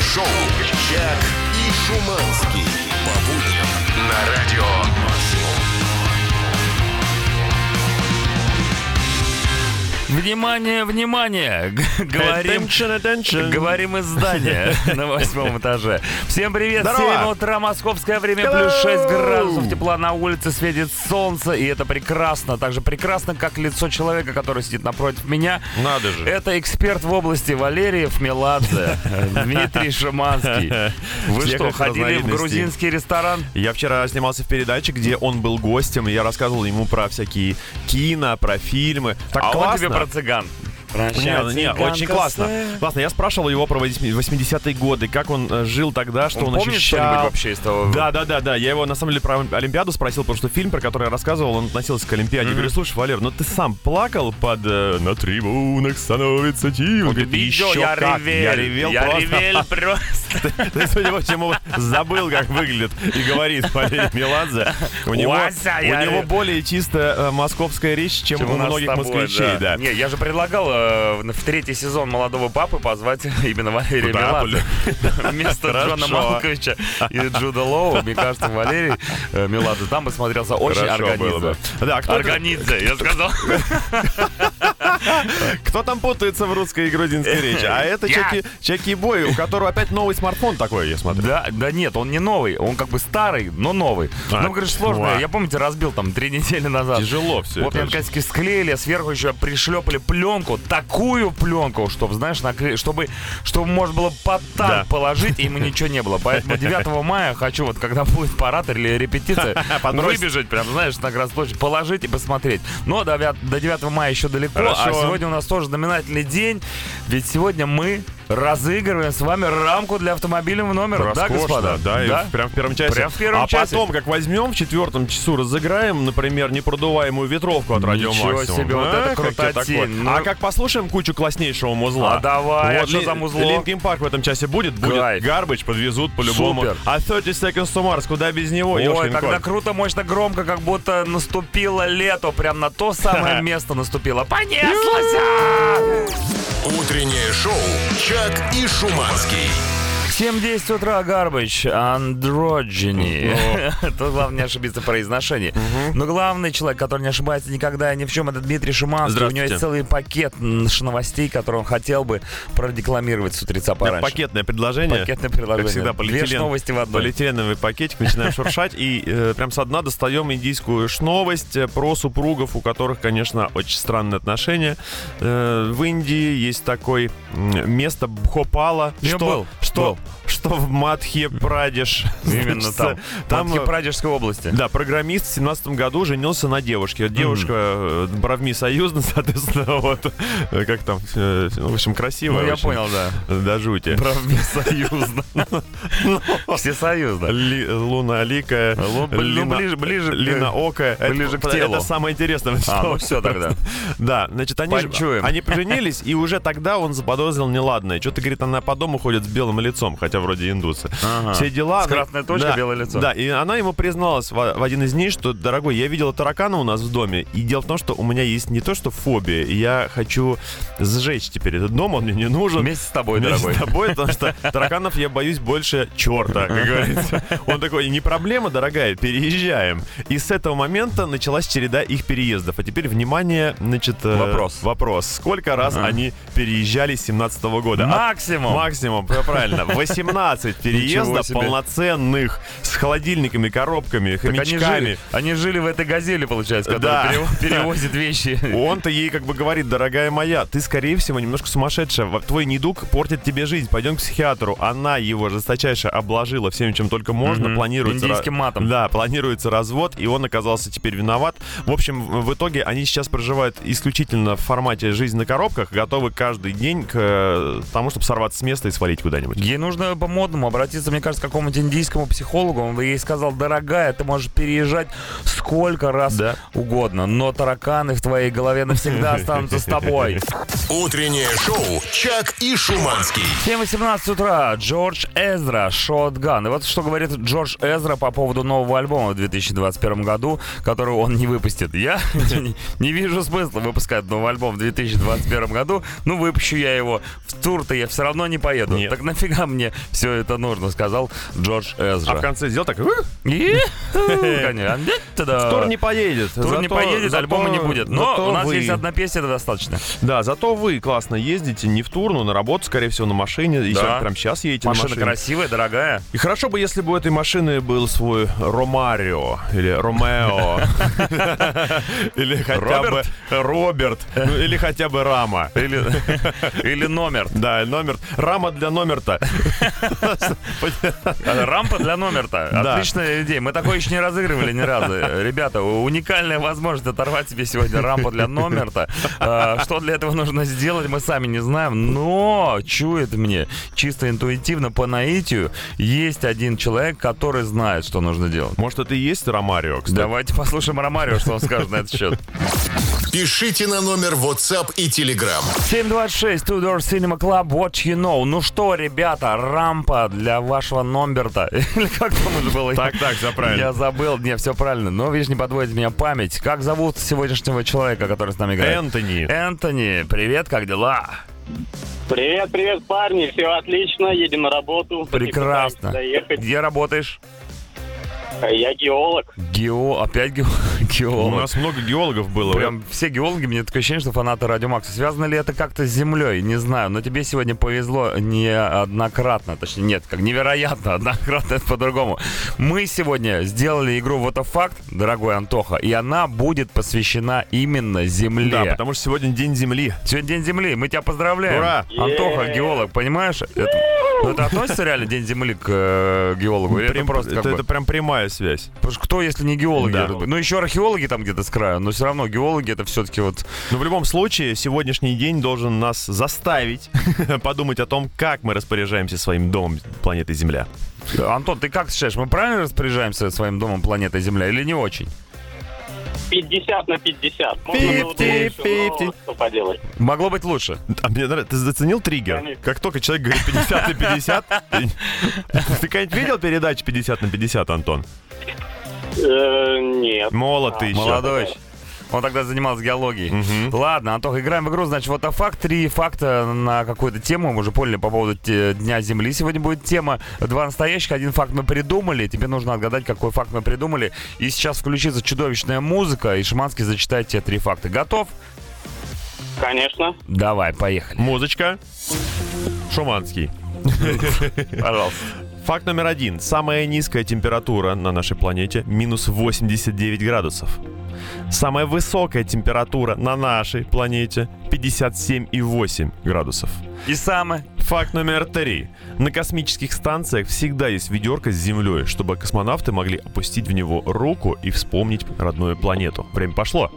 шоу Чак и Шуманский. По будням на радио Внимание, внимание! Г- Говорим, Attention, attention. говорим из здания на восьмом этаже. Всем привет! Здорово. 7 утра, московское время, Hello. плюс 6 градусов тепла на улице, светит солнце, и это прекрасно. Так же прекрасно, как лицо человека, который сидит напротив меня. Надо же. Это эксперт в области Валериев Меладзе, Дмитрий Шиманский. Вы Всех что, их ходили в разновидностей. грузинский ресторан? Я вчера снимался в передаче, где он был гостем, и я рассказывал ему про всякие кино, про фильмы. Так а он классно. тебе про цыган. Не, ну, не, очень классно. Классно, я спрашивал его про 80-е годы, как он э, жил тогда, что он, Он помнит что-нибудь ощущал. вообще из того? Да, да, да, да. Я его на самом деле про Олимпиаду спросил, потому что фильм, про который я рассказывал, он относился к Олимпиаде. Говорю, слушай, Валер, ну ты сам плакал под э, на трибунах становится тихо. Он говорит, Видел, «Еще я как, ревел. Я ревел я просто. ревел просто. То есть, судя по всему, забыл, как выглядит и говорит Валерий Меладзе. У него, Вася, у я него ре- более чисто э, московская речь, чем, у нас с многих тобой, москвичей, да. Не, я же предлагал э, в- в третий сезон «Молодого папы» позвать именно Валерия Куда, Меладзе. Вместо Хорошо. Джона Малковича и Джуда Лоу, мне кажется, Валерий э, Меладзе там бы смотрелся очень Хорошо было органично. бы. Да, кто, Органидзе, я сказал. кто там путается в русской и грузинской речи? А это Я. Чеки, Чеки Бой, у которого опять новый смартфон такой, я смотрю. Да, да нет, он не новый, он как бы старый, но новый. А, Ну, короче, сложно. ва. Я, помните, разбил там три недели назад. Тяжело все Вот это. Янкаски склеили, а сверху еще пришлепали пленку, такую пленку, чтобы, знаешь, накры- чтобы, чтобы можно было под танк Да. положить, и ему ничего не было. Поэтому 9 мая хочу, вот когда будет парад или репетиция, Подбросить. выбежать прям, знаешь, на Гросплощадь, положить и посмотреть. Но до, вя- до 9 мая еще далеко, а Хорошо. сегодня у нас тоже знаменательный день, ведь сегодня мы разыгрываем с вами рамку для автомобиля в номер, да, господа? Роскошно, да, и в- прям в первом часе. Прям в первом а часе. потом, как возьмем, в четвертом часу разыграем, например, непродуваемую ветровку от радио Ничего Максимум. А, себе, вот это как тебе крутотень. такое? Ну- А как послушаем кучу класснейшего музла? А давай, а что за музло? Линкин Парк в этом часе будет, будет Кайф. Гарбич, подвезут по-любому. Супер. А 30 Seconds to Mars, куда без него? Ой, ёшкин тогда кот. круто, мощно, громко, как будто наступило лето, прям на то самое место наступило. Понеслось! А! Утреннее шоу Чак и Шуманский. 7.10 утра, Гарбыч, Андроджини. Тут главное не ошибиться в произношении. Но главный человек, который не ошибается никогда и ни в чем, это Дмитрий Шуманский. У него есть целый Здравствуйте. пакет м, ш- новостей, которые он хотел бы продекламировать с утреца Это пораньше. пакетное предложение. Пакетное предложение. Как всегда, Две ж полиэтилен. новости в одной. Полиэтиленовый пакетик, начинаем шуршать и э, прям со дна достаем индийскую ж новость э, про супругов, у которых, конечно, очень странные отношения. Э, в Индии есть такое место Бхопала. Я что, был, Что, был. что в Мадхе Прадеш. Именно там. Там, Там э, Прадежской области. да, программист в семнадцатом году женился на девушке. Вот Девушка э, правми союзна, соответственно, вот э, как там, э, ну, в общем, красивая. Ну, я очень. понял, да. Э, До жути. Правдесоюзно. Всесоюзно. Ли- Луна Ликая. Лу- ну, ближе- ближе к- Лина Ока. ближе это, к телу. Это самое интересное. А, что ну всё тогда. Да, значит, они, же- Почуем. они поженились, и уже тогда он заподозрил неладное. Что-то, говорит, она по дому ходит с белым лицом, хотя вроде индусы. Ага. Все дела. С она- красной точкой, да, белое лицо. Да, и она ему призналась в, в один из дней, что, дорогой, я видела таракана у нас в доме, и дело в том, что у меня есть не то, что фобия, я хочу сжечь теперь этот дом, он мне не нужен. Вместе с тобой, Вместе дорогой. с тобой, потому что тараканов я боюсь больше черта, как говорится. Он такой, не проблема, дорогая, переезжаем. И с этого момента началась череда их переездов. А теперь, внимание, значит... э, Вопрос. Вопрос. Сколько раз они переезжали с 17 года? От- Максимум. Максимум, всё правильно. 18 Ничего переездов себе. полноценных, с холодильниками, коробками, Так они хомячками. жили, они жили в этой газели, получается, Да. которая перево- перевозит вещи. Он-то ей как бы говорит, дорогая моя, ты, скорее всего, немножко сумасшедшая. Во- Твой недуг портит тебе жизнь. Пойдем к психиатру. Она его жесточайше обложила всем, чем только можно. Мгм. Планируется... Индийским ра- матом. Да, планируется развод, и он оказался теперь виноват. В общем, в в итоге они сейчас проживают исключительно в формате «Жизнь на коробках», готовы каждый день к э, тому, чтобы сорваться с места и свалить куда-нибудь. Ей нужно по-модному обратиться, мне кажется, к какому-нибудь индийскому психологу. Он бы ей сказал, дорогая, ты можешь переезжать сколько раз Да. угодно, но тараканы в твоей голове навсегда останутся с тобой. Утреннее шоу Чак и Шуманский. 7.18 утра. Джордж Эзра, «Шотган». И вот что говорит Джордж Эзра по поводу нового альбома в 2021 году, который он не выпустит. Я не- не вижу смысла выпускать новый альбом в 2021 году. Ну, выпущу я его. В тур-то я все равно не поеду. Нет. Так нафига мне все это нужно, сказал Джордж А в Эзра. конце сделал так, «Ух, И- Конечно. Да. тур не поедет. Э, Тур не зато- поедет, зато- альбома не будет. Но зато у нас вы». есть одна песня, это достаточно. Да, зато вы классно ездите не в тур, но на работу, скорее всего, на машине. Если Да. вы прям сейчас едете на Машина машине. красивая, дорогая. И хорошо бы, если бы у этой машины был свой Ромарио или Ромео. Или хотя бы Роберт? Роберт. Ну, Или хотя бы Рама. Или, или номер. Да, номер. Рама для номер-то. А, Рампа для номер-то. Да. Отличная идея. Мы такое еще не разыгрывали ни разу. Ребята, у- уникальная возможность оторвать себе сегодня рампу для номер-то. А, Что для этого нужно сделать, мы сами не знаем. Но чует мне, чисто интуитивно, по наитию, есть один человек, который знает, что нужно делать. Может, это и есть Ромарио, кстати. Давайте послушаем Ромарио, что он скажет на этот счет. Пишите на номер WhatsApp и Telegram. 726 Two Door Cinema Club What You Know. Ну что, ребята, рампа для вашего номерта. Или как там уже было? Так, так, все Я правильно. забыл, не, все правильно. Но, видишь, не подводит меня память. Как зовут сегодняшнего человека, который с нами играет? Энтони. Энтони, привет, как дела? Привет, привет, парни, все отлично, едем на работу. Прекрасно. Доехать. Где работаешь? Я геолог. Гео, опять гео, У геолог. нас много геологов было. Прям все геологи, мне такое ощущение, что фанаты Радио Макса. Связано ли это как-то с землей? Не знаю, но тебе сегодня повезло неоднократно. Точнее, нет, как невероятно, однократно это по-другому. Мы сегодня сделали игру «Вот это факт», дорогой Антоха, и она будет посвящена именно земле. Да, потому что сегодня день Земли. Сегодня День Земли, мы тебя поздравляем. Ура! Антоха, Е-е-е. геолог, понимаешь? Это, ну, это относится реально День Земли к э, геологу? Или это Прям- просто как это- бы- это прям прямая связь. Потому что кто, если не геологи? Да. я так понимаю? Ну, еще археологи там где-то с краю, но все равно геологи это все-таки вот... Но в любом случае, сегодняшний день должен нас заставить подумать о том, как мы распоряжаемся своим домом планеты Земля. Антон, ты как считаешь, мы правильно распоряжаемся своим домом планетой Земля или не очень? 50 на 50. Можно Пифти, было бы лучше, но пифти. Что поделать? Могло быть лучше. А мне нравится, ты заценил триггер? Конечно. Как только человек говорит 50 на 50, ты, ты когда-нибудь видел передачу 50 на 50, Антон? Э, Нет. Молод ты еще. Молодой. еще. Он тогда занимался геологией. Мгм. Ладно, Антох, играем в игру. Значит, вот а факт. Три факта на какую-то тему. Мы уже поняли по поводу те- Дня Земли. Сегодня будет тема. Два настоящих. Один факт мы придумали. Тебе нужно отгадать, какой факт мы придумали. И сейчас включится чудовищная музыка. И Шиманский зачитает тебе три факта. Готов? Конечно. Давай, поехали. Музычка. Шуманский. Пожалуйста. Факт номер один. Самая низкая температура на нашей планете – минус 89 градусов. Самая высокая температура на нашей планете – 57,8 градусов. И самое. Факт номер три. На космических станциях всегда есть ведерко с землей, чтобы космонавты могли опустить в него руку и вспомнить родную планету. Время пошло.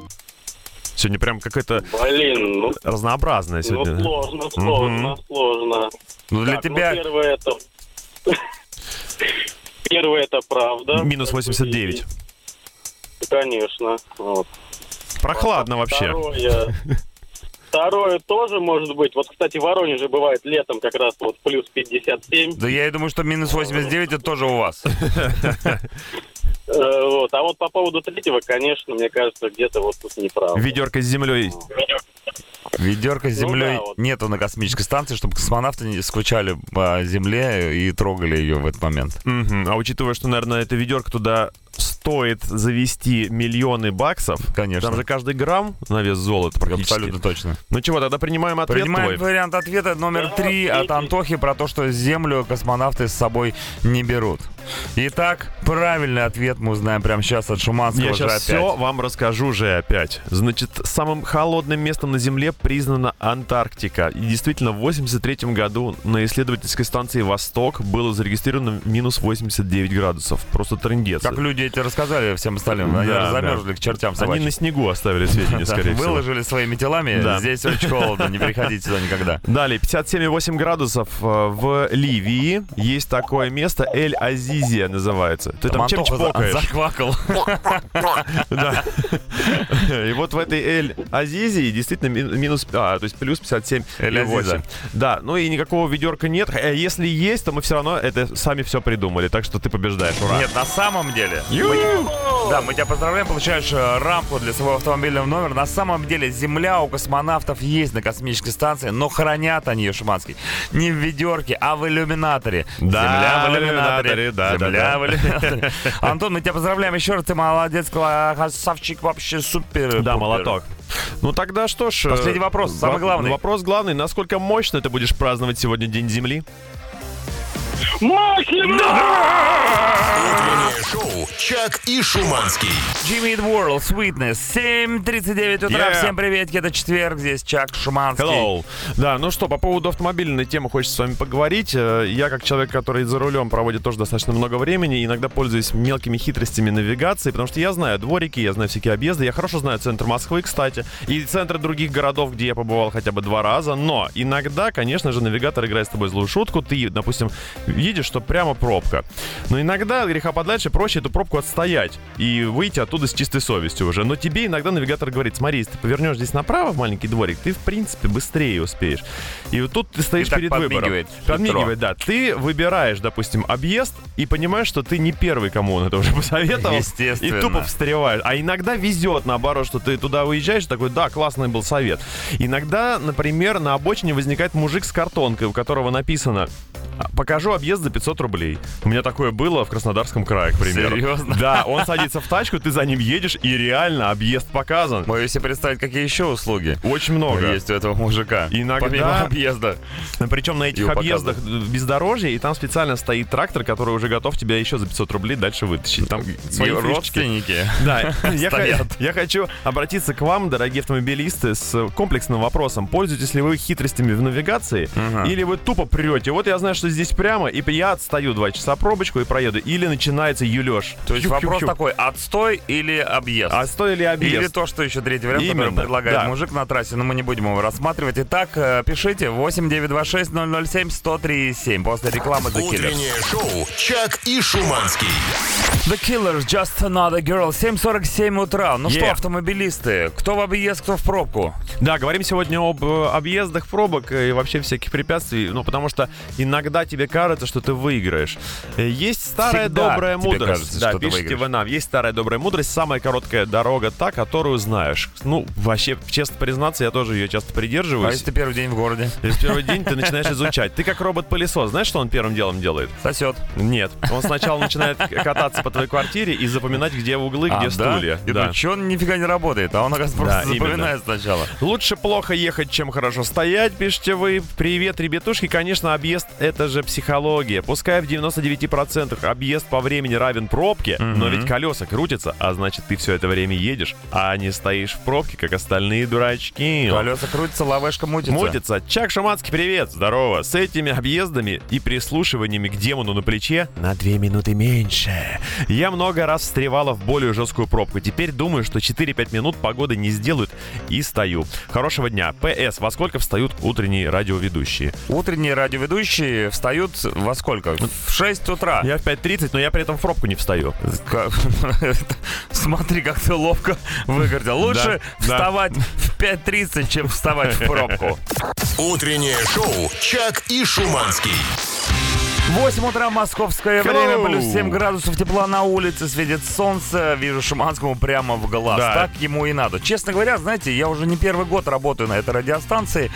Сегодня прям какая-то Блин, ну, разнообразная ну, сегодня. сложно, сложно, сложно. Ну, для Так, ну, тебя... первое это... Первое это правда. Минус Как вы 89. видите. Конечно. Вот. Прохладно вообще. Второе. Второе тоже может быть. Вот, кстати, в Воронеже бывает летом как раз вот плюс 57. Да я и думаю, что минус 89 это тоже у вас. Э, вот. А вот по поводу третьего, конечно, мне кажется, где-то вот тут неправда. Ведерко с землей. Ведерко с Ну землей да, вот. нету на космической станции, чтобы космонавты не скучали по земле и трогали ее в этот момент. Мгм. А учитывая, что, наверное, это ведерко туда стоит завести миллионы баксов, Конечно. там же каждый грамм на вес золота практически. Абсолютно точно. Ну чего, тогда принимаем ответ Принимаем твой. вариант ответа номер Да, три от третий. Антохи про то, что Землю космонавты с собой не берут. Итак, правильный ответ мы узнаем прямо сейчас от Шуманского Я же опять. сейчас все вам расскажу же опять. Значит, самым холодным местом на Земле признана Антарктика. И действительно, в 83 году на исследовательской станции «Восток» было зарегистрировано минус 89 градусов. Просто трындец. Как люди эти рассказали всем остальным, они Да, замерзли да. к чертям Они собачьим. на снегу оставили сведения, Да, скорее всего. Выложили своими телами, Да. здесь очень холодно, не приходите сюда никогда. Далее, 57,8 градусов э, в Ливии. Есть такое место Эль-Ази анестезия называется. Ты там чем Антоха за- чпокаешь? заквакал. Да. И вот в этой Эль Азизии действительно мин- минус, а, то есть плюс 57 Эль и 8. Азиза. Да, ну и никакого ведерка нет. Э, Если есть, то мы все равно это сами все придумали. Так что ты побеждаешь, ура. Нет, на самом деле. мы- Да, мы тебя поздравляем, получаешь э, рамку для своего автомобильного номера. На самом деле земля у космонавтов есть на космической станции, но хранят они ее, Шуманский, не в ведерке, а в иллюминаторе. Да, земля в в иллюминаторе. иллюминаторе, да, да, земля да. в иллюминаторе. Антон, мы тебя поздравляем еще раз, ты молодец, красавчик, вообще супер. Да, пупер. молоток. Ну тогда что ж... э, Последний вопрос, самый во- главный. Вопрос главный. Насколько мощно ты будешь праздновать сегодня День Земли? Утреннее шоу «Чак и Шуманский». Jimmy Eat World, Sweetness, 7.39 утра. Yeah. Всем приветики, это четверг, здесь Чак Шуманский. Hello. Да, ну что, по поводу автомобильной темы хочется с вами поговорить. Э, Я, как человек, который за рулем проводит тоже достаточно много времени, иногда пользуюсь мелкими хитростями навигации, потому что я знаю дворики, я знаю всякие объезды, я хорошо знаю центр Москвы, кстати, и центры других городов, где я побывал хотя бы два раза, но иногда, конечно же, навигатор играет с тобой злую шутку, ты, допустим, видишь, что прямо пробка. Но иногда, от греха подальше, проще эту пробку отстоять и выйти оттуда с чистой совестью уже. Но тебе иногда навигатор говорит, смотри, если ты повернешь здесь направо в маленький дворик, ты, в принципе, быстрее успеешь. И вот тут ты стоишь И так перед выбором. подмигивает хитро. Подмигивает, да. Ты выбираешь, допустим, объезд и понимаешь, что ты не первый, кому он это уже посоветовал. Естественно. И тупо встреваешь. А иногда везет, наоборот, что ты туда уезжаешь, такой, да, классный был совет. Иногда, например, на обочине возникает мужик с картонкой, у которого написано «А, Покажу объезд за 500 рублей. У меня такое было в Краснодарском крае, к примеру. Серьезно? Да, он садится в тачку, ты за ним едешь, и реально объезд показан. Боюсь себе представить, какие еще услуги Очень много. Ну, есть у этого мужика. Иногда- Помимо объезда. Причем на этих Его объездах бездорожье, и там специально стоит трактор, который уже готов тебя еще за 500 рублей дальше вытащить. Там свои И фишечки. родственники. Да, я, Стоят. хо- я хочу обратиться к вам, дорогие автомобилисты, с комплексным вопросом. Пользуетесь ли вы хитростями в навигации Ага. или вы тупо прете? Вот я знаю, что здесь прямо, и я отстаю два часа пробочку и проеду. Или начинается юлёж. То есть вопрос такой, отстой или объезд? А стоили объезд? Или то, что еще третий вариант, который Именно, предлагает да. мужик на трассе, но мы не будем его рассматривать. Итак, э, пишите 8926-007-1037 после рекламы The Killers. Утреннее шоу «Чак и Шуманский». The Killers, Just Another Girl, 7.47 утра. Ну что, Yeah. автомобилисты, кто в объезд, кто в пробку? Да, говорим сегодня об э, объездах пробок и вообще всяких препятствий, ну, потому что иногда тебе кажется, что ты выиграешь. Э, Есть старая Всегда добрая тебе мудрость. кажется, да, что ты пишите выиграешь. вы нам. Есть старая добрая мудрость, самая короткая дорога та, которую знаешь. Ну, вообще, честно признаться, я тоже ее часто А придерживаюсь. если ты первый день в городе? И с первого день ты начинаешь изучать. Ты как робот-пылесос, знаешь, что он первым делом делает? Сосет. Нет. Он сначала начинает кататься по твоей квартире и запоминать, где углы, где стулья. А, Я думаю, чё он нифига не работает? А он, оказывается, просто Да, именно. запоминает сначала. Лучше плохо ехать, чем хорошо стоять, пишите вы. Привет, ребятушки. Конечно, объезд — это же психология. Пускай в 99% объезд по времени равен пробке, но ведь колеса крутятся, а значит, ты все это время едешь, а не стоишь в пробке, как остальные дурачки. Колеса крутятся, лавешка мутится. Мутится. Чак Шуманский, привет! Здорово! С этими объездами и прислушиваниями к демону на плече на две минуты меньше. Я много раз встревала в более жесткую пробку. Теперь думаю, что 4-5 минут погоды не сделают и стою. Хорошего дня. ПС. Во сколько встают утренние радиоведущие? Утренние радиоведущие встают во сколько? В 6 утра. Ну, Я в 5.30, но я при этом в пробку не встаю. Ка- Смотри, как ты ловко выгордил. Лучше да. вставать в 5.30, чем вставать в пробку. Утреннее шоу «Чак и Шуманский». 8 утра московское Hello. время, плюс 7 градусов тепла на улице, светит солнце, вижу Шуманскому прямо в глаз. Да. Так ему и надо. Честно говоря, знаете, я уже не первый год работаю на этой радиостанции.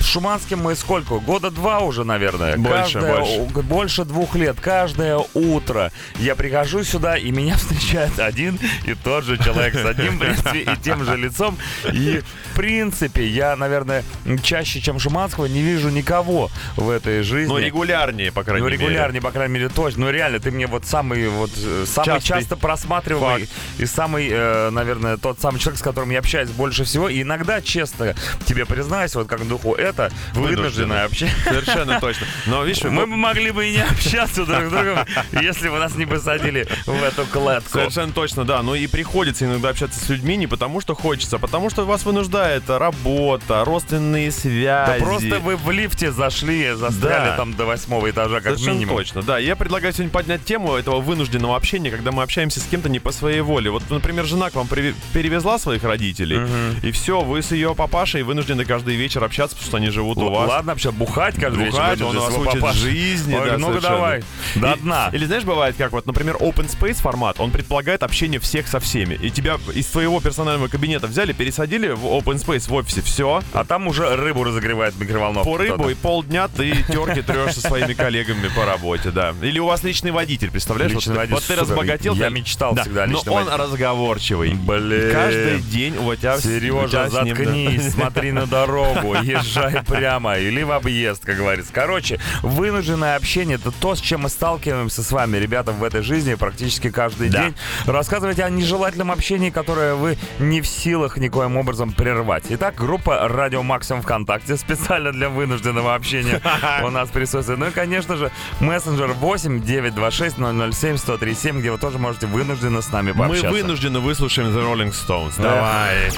С Шуманским мы сколько? Года два уже, наверное. Больше, Каждое- больше. у- Больше двух лет. Каждое утро я прихожу сюда, и меня встречает один и тот же человек с одним, в принципе, и тем же лицом. И, в принципе, я, наверное, чаще, чем Шуманского, не вижу никого в этой жизни. Но регулярнее, по крайней Ну, мере. регулярнее, по крайней мере, точно. Ну, реально, ты мне вот самый вот э, самый Частый. часто просматриваемый и самый, э, наверное, тот самый человек, с которым я общаюсь больше всего. И иногда, честно, тебе признаюсь, вот как на духу, это вынужденное Вынужденное. общение. Совершенно точно. Но видишь, Мы бы могли бы и не общаться друг с другом, если бы нас не посадили в эту клетку. Совершенно точно, да. Ну и приходится иногда общаться с людьми не потому, что хочется, а потому что вас вынуждает работа, родственные Да связи. просто вы в лифте зашли, застряли Да. там до восьмого этажа, как Совершенно минимум. точно, да. Я предлагаю сегодня поднять тему этого вынужденного общения, когда мы общаемся с кем-то не по своей воле. Вот, например, жена к вам приве- перевезла своих родителей, и все, вы с ее папашей вынуждены каждый вечер общаться, потому что они живут у Л- вас. Ладно, вообще бухать каждый Бухать, вечер. он будешь, вас если вы учит попашешь. жизни, Ой, да, ну-ка совершенно. давай, до И- дна. Или знаешь, бывает как, вот, например, open space формат, он предполагает общение всех со всеми. И тебя из твоего персонального кабинета взяли, пересадили в open space в офисе, все. А там уже рыбу разогревает микроволновка. По рыбу кто-то. и полдня ты терки трешь со своими коллегами по работе, да. Или у вас личный водитель, представляешь? Личный вот, ты- водитель, вот ты супер. разбогател. Я ты- мечтал да, всегда о Но личном он водителе. разговорчивый. Блин. Каждый день у тебя... с- у тебя Сережа, с ним, да. заткнись, смотри на дорогу, езжай прямо или в объезд, как говорится. Короче, вынужденное общение — это то, с чем мы сталкиваемся с вами, ребята, в этой жизни практически каждый Да. день. Рассказывайте о нежелательном общении, которое вы не в силах никоим образом прервать. Итак, группа «Радио Максимум ВКонтакте» специально для вынужденного общения у нас присутствует. Ну и, конечно же, мессенджер 8 926 007 137, где вы тоже можете вынужденно с нами Мы пообщаться. вынуждены выслушаем The Rolling Stones. Давай. Давай.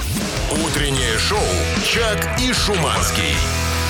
Утреннее шоу «Чак и Шуманский».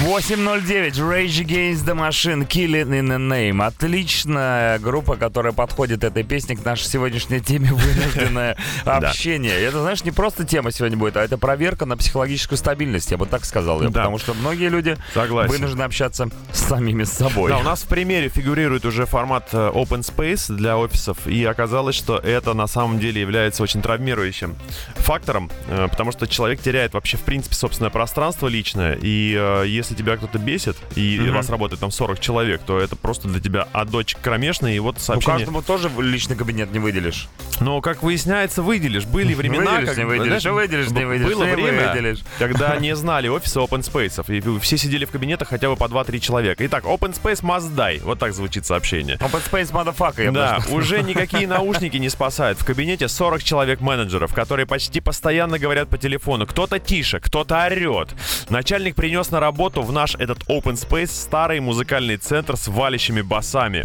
8.09, Rage Against the Machine, Killing in the Name. Отличная группа, которая подходит этой песне к нашей сегодняшней теме «Вынужденное общение». Это, знаешь, не просто тема сегодня будет, а это проверка на психологическую стабильность, я бы так сказал. я, Да. Потому что многие люди Согласен. вынуждены общаться с самими собой. Да, у нас в примере фигурирует уже формат э, open space для офисов, и оказалось, что это на самом деле является очень травмирующим фактором, э, потому что человек теряет вообще, в принципе, собственное пространство личное, и э, если тебя кто-то бесит, и у Мгм. вас работает там 40 человек, то это просто для тебя отдочек кромешный, и вот Ну, сообщение... каждому тоже в личный кабинет не выделишь. Но, как выясняется, выделишь. Были времена, Выделишь, как... не выделишь, знаешь, выделишь, не б- выделишь, Было не время, выделишь. когда не знали офиса open space, и все сидели в кабинетах хотя бы по 2-3 человека. Итак, open space must die. Вот так звучит сообщение. Open Space Motherfucker, я бы Да, даже- уже никакие наушники не спасают. В кабинете 40 человек менеджеров, которые почти постоянно говорят по телефону. Кто-то тише, кто-то орет. Начальник принес на работу в наш этот open space старый музыкальный центр с валящими басами.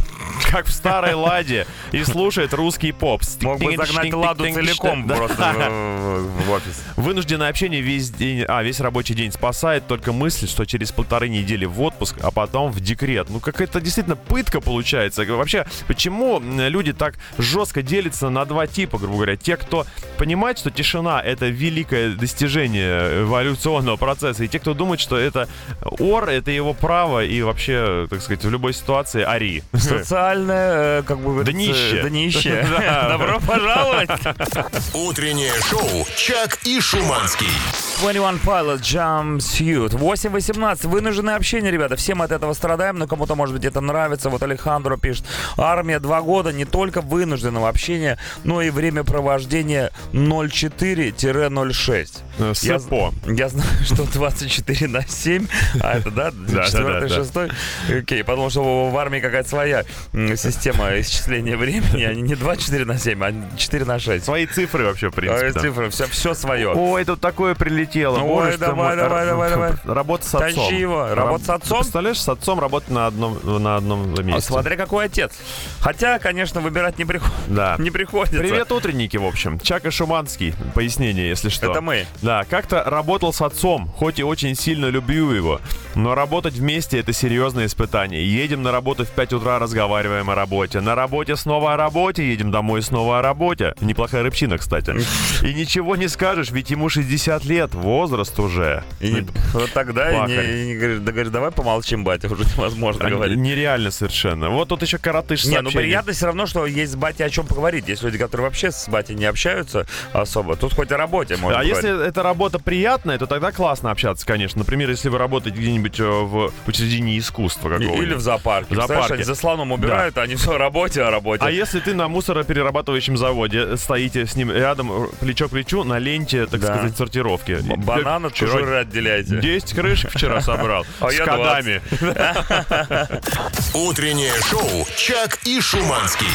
Как в старой ладе. И слушает русский поп. Мог бы загнать Ладу целиком Да. просто в- в в офис. Вынужденное общение весь день, а весь рабочий день спасает только мысль, что через полторы недели в отпуск, а потом в декрет. Ну какая-то действительно пытка получается. Вообще, почему м, люди так жестко делятся на два типа, грубо говоря? Те, кто понимает, что тишина — это великое достижение эволюционного процесса, и те, кто думает, что это ор, это его право, и вообще, так сказать, в любой ситуации ори. Социальное, э, как бы... говорится, Днище. Днище. Да. Добро пожаловать! Утреннее шоу «Чак и Шуманский». 21 Pilot Jumpsuit. 8.18. Вынужденное общение, ребята. Все мы от этого страдаем, но кому-то, может быть, это нравится. Вот Алехандро пишет. Армия два года не только вынужденного общения, но и времяпровождения 0,4-0,6. Э, Я- Сэпо. Я знаю, что 24 на 7, а это, да, да, 4 да. 6 Окей, потому что в армии какая-то своя м, система исчисления времени. Они не 24 на 7, а 4 на 6. Свои цифры вообще, в принципе. да. Цифры, все, все свое. Ой, тут такое прилетело. Ой, Боже ты давай, мой. давай, Р- давай, давай. Работа с Тащи отцом. его. Работа с Раб- отцом? А Представляешь, с отцом работать на одном, на одном месте. Смотря какой отец. Хотя, конечно, выбирать не, приход- Да. не приходится. Привет, утренники, в общем. Чак и Шуманский. Пояснение, если что. Это мы. Да, как-то работал с отцом, хоть и очень сильно люблю его. Но работать вместе это серьезное испытание. Едем на работу в 5 утра, разговариваем о работе. На работе снова о работе, едем домой снова о работе. Неплохая рыбчина, кстати. И ничего не скажешь, ведь ему 60 лет, возраст уже. И вот тогда и не, Пахарь. и не говоришь, да говоришь, давай помолчим, батя, уже невозможно А, говорить. Нереально совершенно. Вот тут еще коротыш Не, ну сообщений. приятно все равно, что есть с батей о чем поговорить. Есть люди, которые вообще с батей не общаются особо. Тут хоть о работе можно а говорить. если эта работа приятная, то тогда классно общаться, конечно. Например, если вы работаете где-нибудь э, в учреждении искусства какого-нибудь. Или в зоопарке. В Представляешь, зоопарке. Они за слоном убирают, а они все о работе, о работе. А если ты на мусороперерабатывающем заводе стоите с ним рядом, э, плечо к плечу, на ленте, так Да. сказать, сортировки. Б- Банан от Вчера чужой отделяйте. 10 крышек вчера собрал. А С я кодами. Утреннее шоу «Чак и Шуманский».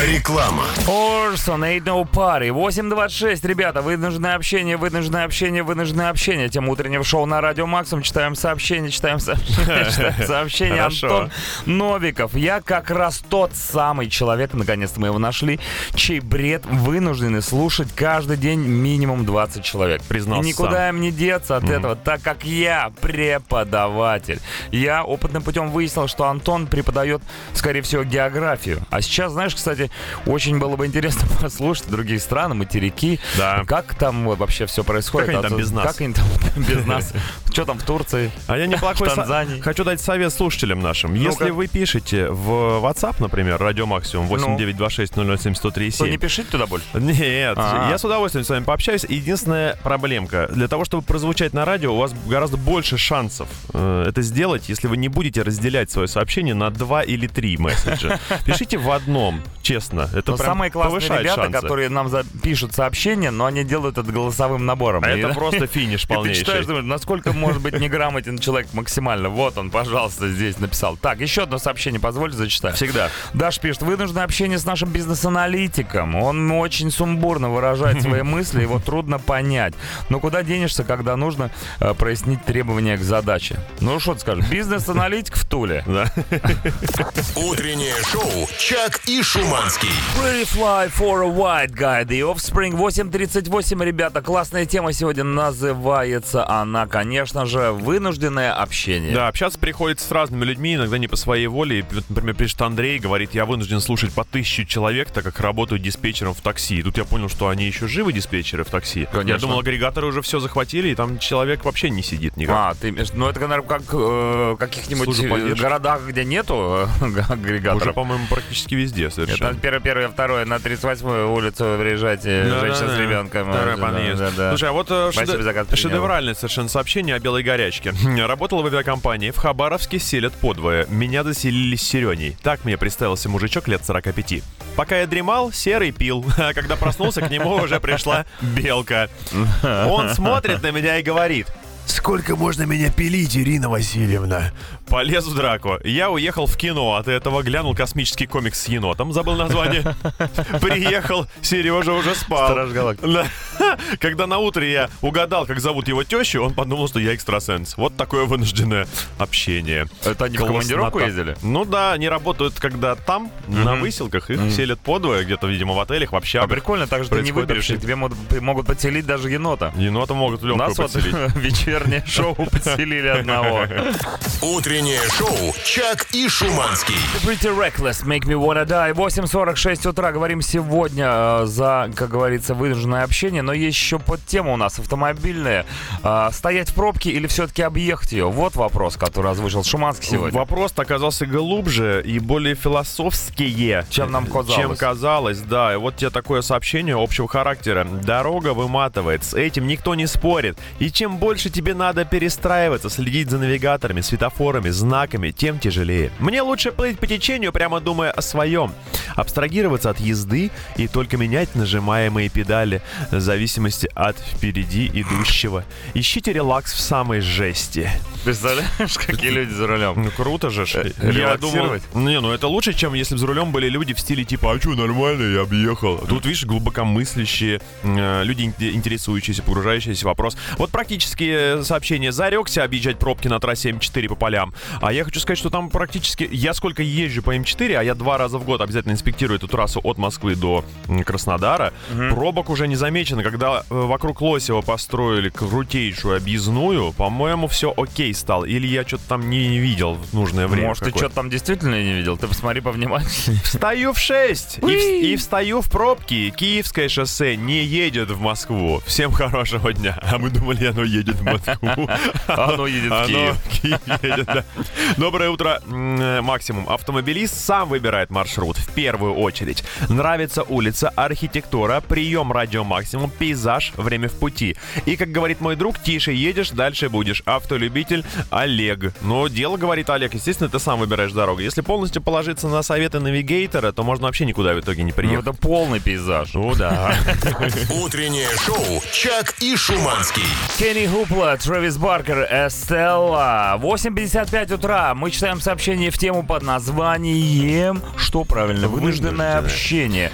Реклама. Orson, ain't no party. 8.26, ребята, вынужденное общение, вынужденное общение, вынужденное общение. Тема утреннего шоу на Радио Максом. Читаем сообщения, читаем сообщения, читаем сообщения. Хорошо. Антон Новиков. Я как раз тот самый человек, наконец-то мы его нашли, чей бред вынуждены слушать каждый день минимум 20 человек. Признался И никуда им не деться от этого, так как я преподаватель. Я опытным путем выяснил, что Антон преподает, скорее всего, географию. А сейчас, знаешь, кстати, очень было бы интересно послушать другие страны, материки. Да. Как там вот вообще все происходит. Как они там Отсу- без нас? Как они там без нас? Что там в Турции? А я неплохой В со- Танзании. Хочу дать совет слушателям нашим. Если Ну-ка. вы пишете в WhatsApp, например, радио максимум Ну. 8926 Что, не 007 пишите туда больше? Нет, А. я с удовольствием с вами пообщаюсь. Единственная проблемка. Для того, чтобы прозвучать на радио, у вас гораздо больше шансов э, это сделать, если вы не будете разделять свое сообщение на два или три месседжа. Пишите в одном, честно. Это Но прям самые классные повышает ребята, шансы. которые нам за- пишут сообщения, но они делают это голосовым набором. А И- это просто финиш И ты полнейший. читаешь, думаешь, насколько может быть неграмотен человек максимально. Вот он, пожалуйста, здесь написал. Так, еще одно сообщение, позволь, зачитаю. Всегда. Даш пишет, вынуждено общение с нашим бизнес-аналитиком. Он очень сумбурно выражает свои мысли, его трудно понять. Но куда денешься, когда нужно э, прояснить требования к задаче? Ну, что ты скажешь, бизнес-аналитик в Туле. Да. Утреннее шоу Чак и Шуманский. Pretty Fly for a White Guy, The Offspring 8.38, ребята, классная тема сегодня называется она, конечно же, вынужденное общение. Да, общаться приходится с разными людьми, иногда не по своей воле. И, Например, пишет Андрей, говорит, я вынужден слушать по тысяче человек, так как работаю диспетчером в такси. И тут я понял, что они еще живы, диспетчеры в такси. Я Конечно. думал, агрегаторы уже все захватили, и там человек вообще не сидит никак. А, ты, имеешь- ну это, наверное, как э, каких-нибудь Служба э, поддержки. городах, где нету э, агрегаторов. уже, по-моему, практически везде Нет, совершенно. там первое, первое, второе, на 38-ю улицу приезжайте, Да, женщина да, с да. ребенком. Второй Да, подъезд. да, да. Слушай, а вот э, Спасибо шеде- за конфету. шедевральное совершенно сообщение о белой горячке. Работал в авиакомпании, в Хабаровске селят подвое. Меня заселили с сиреней. Так мне представился мужичок лет 45. Пока я дремал, серый пил. А когда проснулся, к нему уже пришла белка. Он смотрит на меня и говорит. Сколько можно меня пилить, Ирина Васильевна? Полез в драку. Я уехал в кино, от этого глянул космический комикс с енотом, забыл название. Приехал, Сережа уже спал. Страж Галактики. Да. Когда на утре я угадал, как зовут его тещу, он подумал, что я экстрасенс. Вот такое вынужденное общение. Это они в Классно. командировку ездили? Ну да, они работают, когда там, на выселках, их селят подвое, где-то, видимо, в отелях, в А общагах. прикольно, так же ты не Происходит выберешь, и общение. тебе могут, могут подселить даже енота. Енота ну, могут У легко нас вот поселить. вечернее шоу подселили одного. Утреннее шоу Чак и Шуманский. Pretty Reckless, Make Me Wanna Die. 8.46 утра. Говорим сегодня э, за, как говорится, вынужденное общение. Но есть еще под тема у нас автомобильная. Э, стоять в пробке или все-таки объехать ее? Вот вопрос, который озвучил Шуманский сегодня. Вопрос оказался глубже и более философские, Чем нам казалось. Чем казалось, да. И вот тебе такое сообщение общего характера. Дорога выматывает, с этим никто не спорит. И чем больше тебе надо перестраиваться, следить за навигаторами, светофорами, знаками, тем тяжелее. Мне лучше плыть по течению, прямо думая о своем. Абстрагироваться от езды и только менять нажимаемые педали в зависимости от впереди идущего. Ищите релакс в самой жести. Представляешь, какие люди за рулем? Ну круто же. ж. Я думал, релаксировать? не, ну это лучше, чем если бы за рулем были люди в стиле типа, а что, нормально, я объехал. А Тут, видишь, глубокомыслящие э, люди, ин- интересующиеся, погружающиеся в вопрос. Вот практические э, сообщения. Зарекся объезжать пробки на трассе М4 по полям. А я хочу сказать, что там практически... Я сколько езжу по М4, а я два раза в год обязательно инспектирую эту трассу от Москвы до м, Краснодара. Пробок уже не замечено. Когда э, вокруг Лосева построили крутейшую объездную, по-моему, все окей стало. Или я что-то там не видел в нужное время. Может, ты какое-то. что-то там действительно не видел? Ты посмотри повнимательнее. Встаю в 6 и, вс- и встаю в пробки. Киевское шоссе не едет в Москву. Всем хорошего дня. А мы думали, оно едет в Москву. Оно едет в Оно Киев. в Киев едет, да. Доброе утро, м, э, Максимум. Автомобилист сам выбирает маршрут в первую очередь. Нравится улица, архитектура, прием радио Максимум, пейзаж, время в пути. И, как говорит мой друг, тише едешь, дальше будешь. Автолюбитель Олег. Но дело, говорит Олег, естественно, ты сам выбираешь дорогу. Если полностью положиться на советы навигейтора, то можно вообще никуда в итоге не Ну, приехать. это полный пейзаж. Ну да. Утреннее шоу Чак и Шуманский. Кенни Хупла, было Трэвис Баркер, Эстелла. 8.55 утра. Мы читаем сообщение в тему под названием «Что правильно? Вынужденное Вынужденное. общение».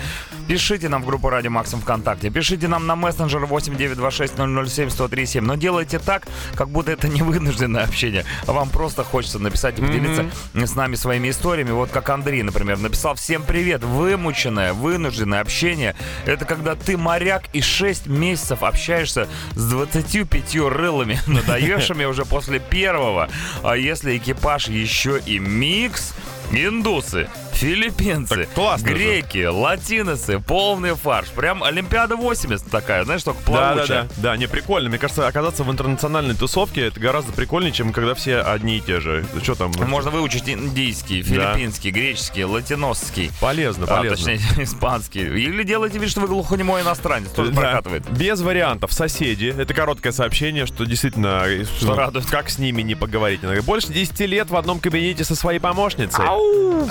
Пишите нам в группу Радио Максим ВКонтакте. Пишите нам на мессенджер 8926007137. Но делайте так, как будто это не вынужденное общение, а вам просто хочется написать и поделиться с нами своими историями. Вот как Андрей, например, написал «Всем привет! Вымученное, вынужденное общение – это когда ты моряк и 6 месяцев общаешься с 25 рылами, надоевшими уже после первого. А если экипаж еще и микс, индусы, филиппинцы, Так классно же. греки, латиносы, полный фарш. Прям Олимпиада 80 такая, знаешь, только Да, плавучая. да, да. Да, не прикольно. Мне кажется, оказаться в интернациональной тусовке это гораздо прикольнее, чем когда все одни и те же. Что там? Можно выучить индийский, филиппинский, греческий, латиносский. Полезно, А, полезно. точнее, испанский. Или делайте вид, что вы глухонемой иностранец. Тоже Да. прокатывает. Без вариантов. Соседи. Это короткое сообщение, что действительно... э, ну, Что радует. Как с ними не поговорить? Она говорит, Больше 10 лет в одном кабинете со своей помощницей. А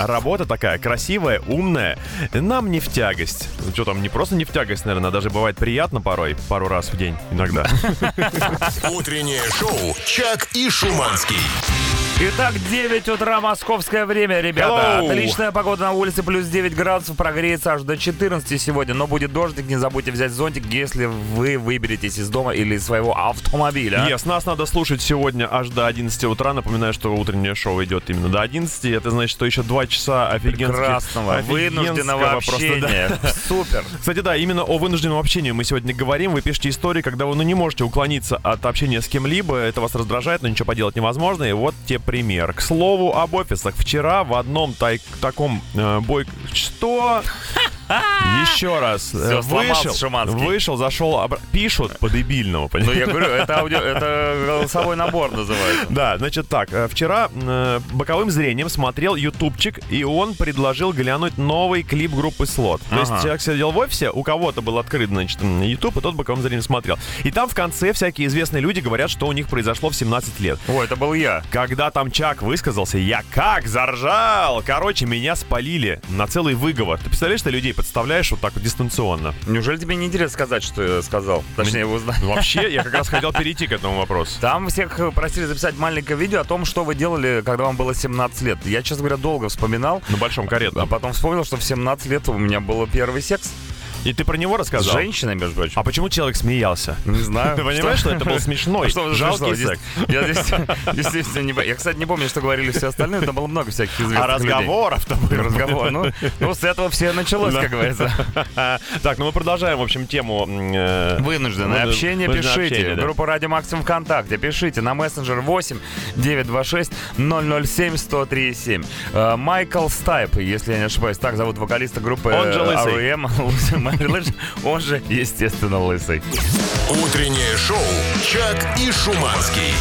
Работа такая красивая, умная. Нам не в тягость. Что там, не просто не в тягость, наверное, а даже бывает приятно порой, пару раз в день иногда. Утреннее шоу «Чак и Шуманский». Итак, 9 утра московское время, ребята. Hello. Отличная погода на улице, плюс 9 градусов, прогреется аж до 14 сегодня. Но будет дождик, не забудьте взять зонтик, если вы выберетесь из дома или из своего автомобиля. Yes, нас надо слушать сегодня аж до 11 утра. Напоминаю, что утреннее шоу идет именно до 11. Это значит, что еще 2 часа офигенских... Прекрасного, вынужденного офигенского просто, да. общения. Супер. Кстати, да, именно о вынужденном общении мы сегодня говорим. Вы пишете истории, когда вы ну, не можете уклониться от общения с кем-либо. Это вас раздражает, но ничего поделать невозможно. И вот те пример. К слову, об офисах. Вчера в одном тай- таком э, бой... Что? Еще раз. Всё, Э, сломался вышел, Шуманский. вышел, зашел, обра- пишут по-дебильному, Ну, понимаешь? я говорю, это, аудио, это голосовой набор называется. Да, значит так, э, вчера э, боковым зрением смотрел ютубчик, и он предложил глянуть новый клип группы Слот. То есть Ага. человек сидел в офисе, у кого-то был открыт, значит, м, ютуб, и тот боковым зрением смотрел. И там в конце всякие известные люди говорят, что у них произошло в 17 лет. О, это был я. Когда там Чак высказался, я как заржал! Короче, меня спалили на целый выговор. Ты представляешь, ты людей подставляешь вот так вот дистанционно? Неужели тебе не интересно сказать, что я сказал? Точнее, его знать. Вообще, я как раз хотел перейти к этому вопросу. Там всех э, просили записать маленькое видео о том, что вы делали, когда вам было 17 лет. Я, честно говоря, долго вспоминал, На большом а каретном. потом вспомнил, что в 17 лет у меня был первый секс И ты про него с рассказал? женщиной, между прочим. А почему человек смеялся? Не знаю. А, Ты понимаешь, что это был А смешной, что за жалкий смешного? секс? Здесь- Я здесь действительно не... по- Я, кстати, не помню, что говорили все остальные, там было много всяких известных А людей. разговоров-то было. Разговор. Ну, ну, с этого все началось, Да. как говорится. Так, ну мы продолжаем, в общем, тему. м, э, Вынужденное вынужден- общение вынужденное пишите. общение, да. Группа Радио Максим ВКонтакте. Пишите на мессенджер 8 926 007 1037. Э, Майкл Стайп, если я не ошибаюсь, так зовут вокалиста группы Он же э, лысый. R.E.M. Лысый Майкл Лысый. Он же, естественно, лысый. Утреннее шоу «Чак и Шуманский».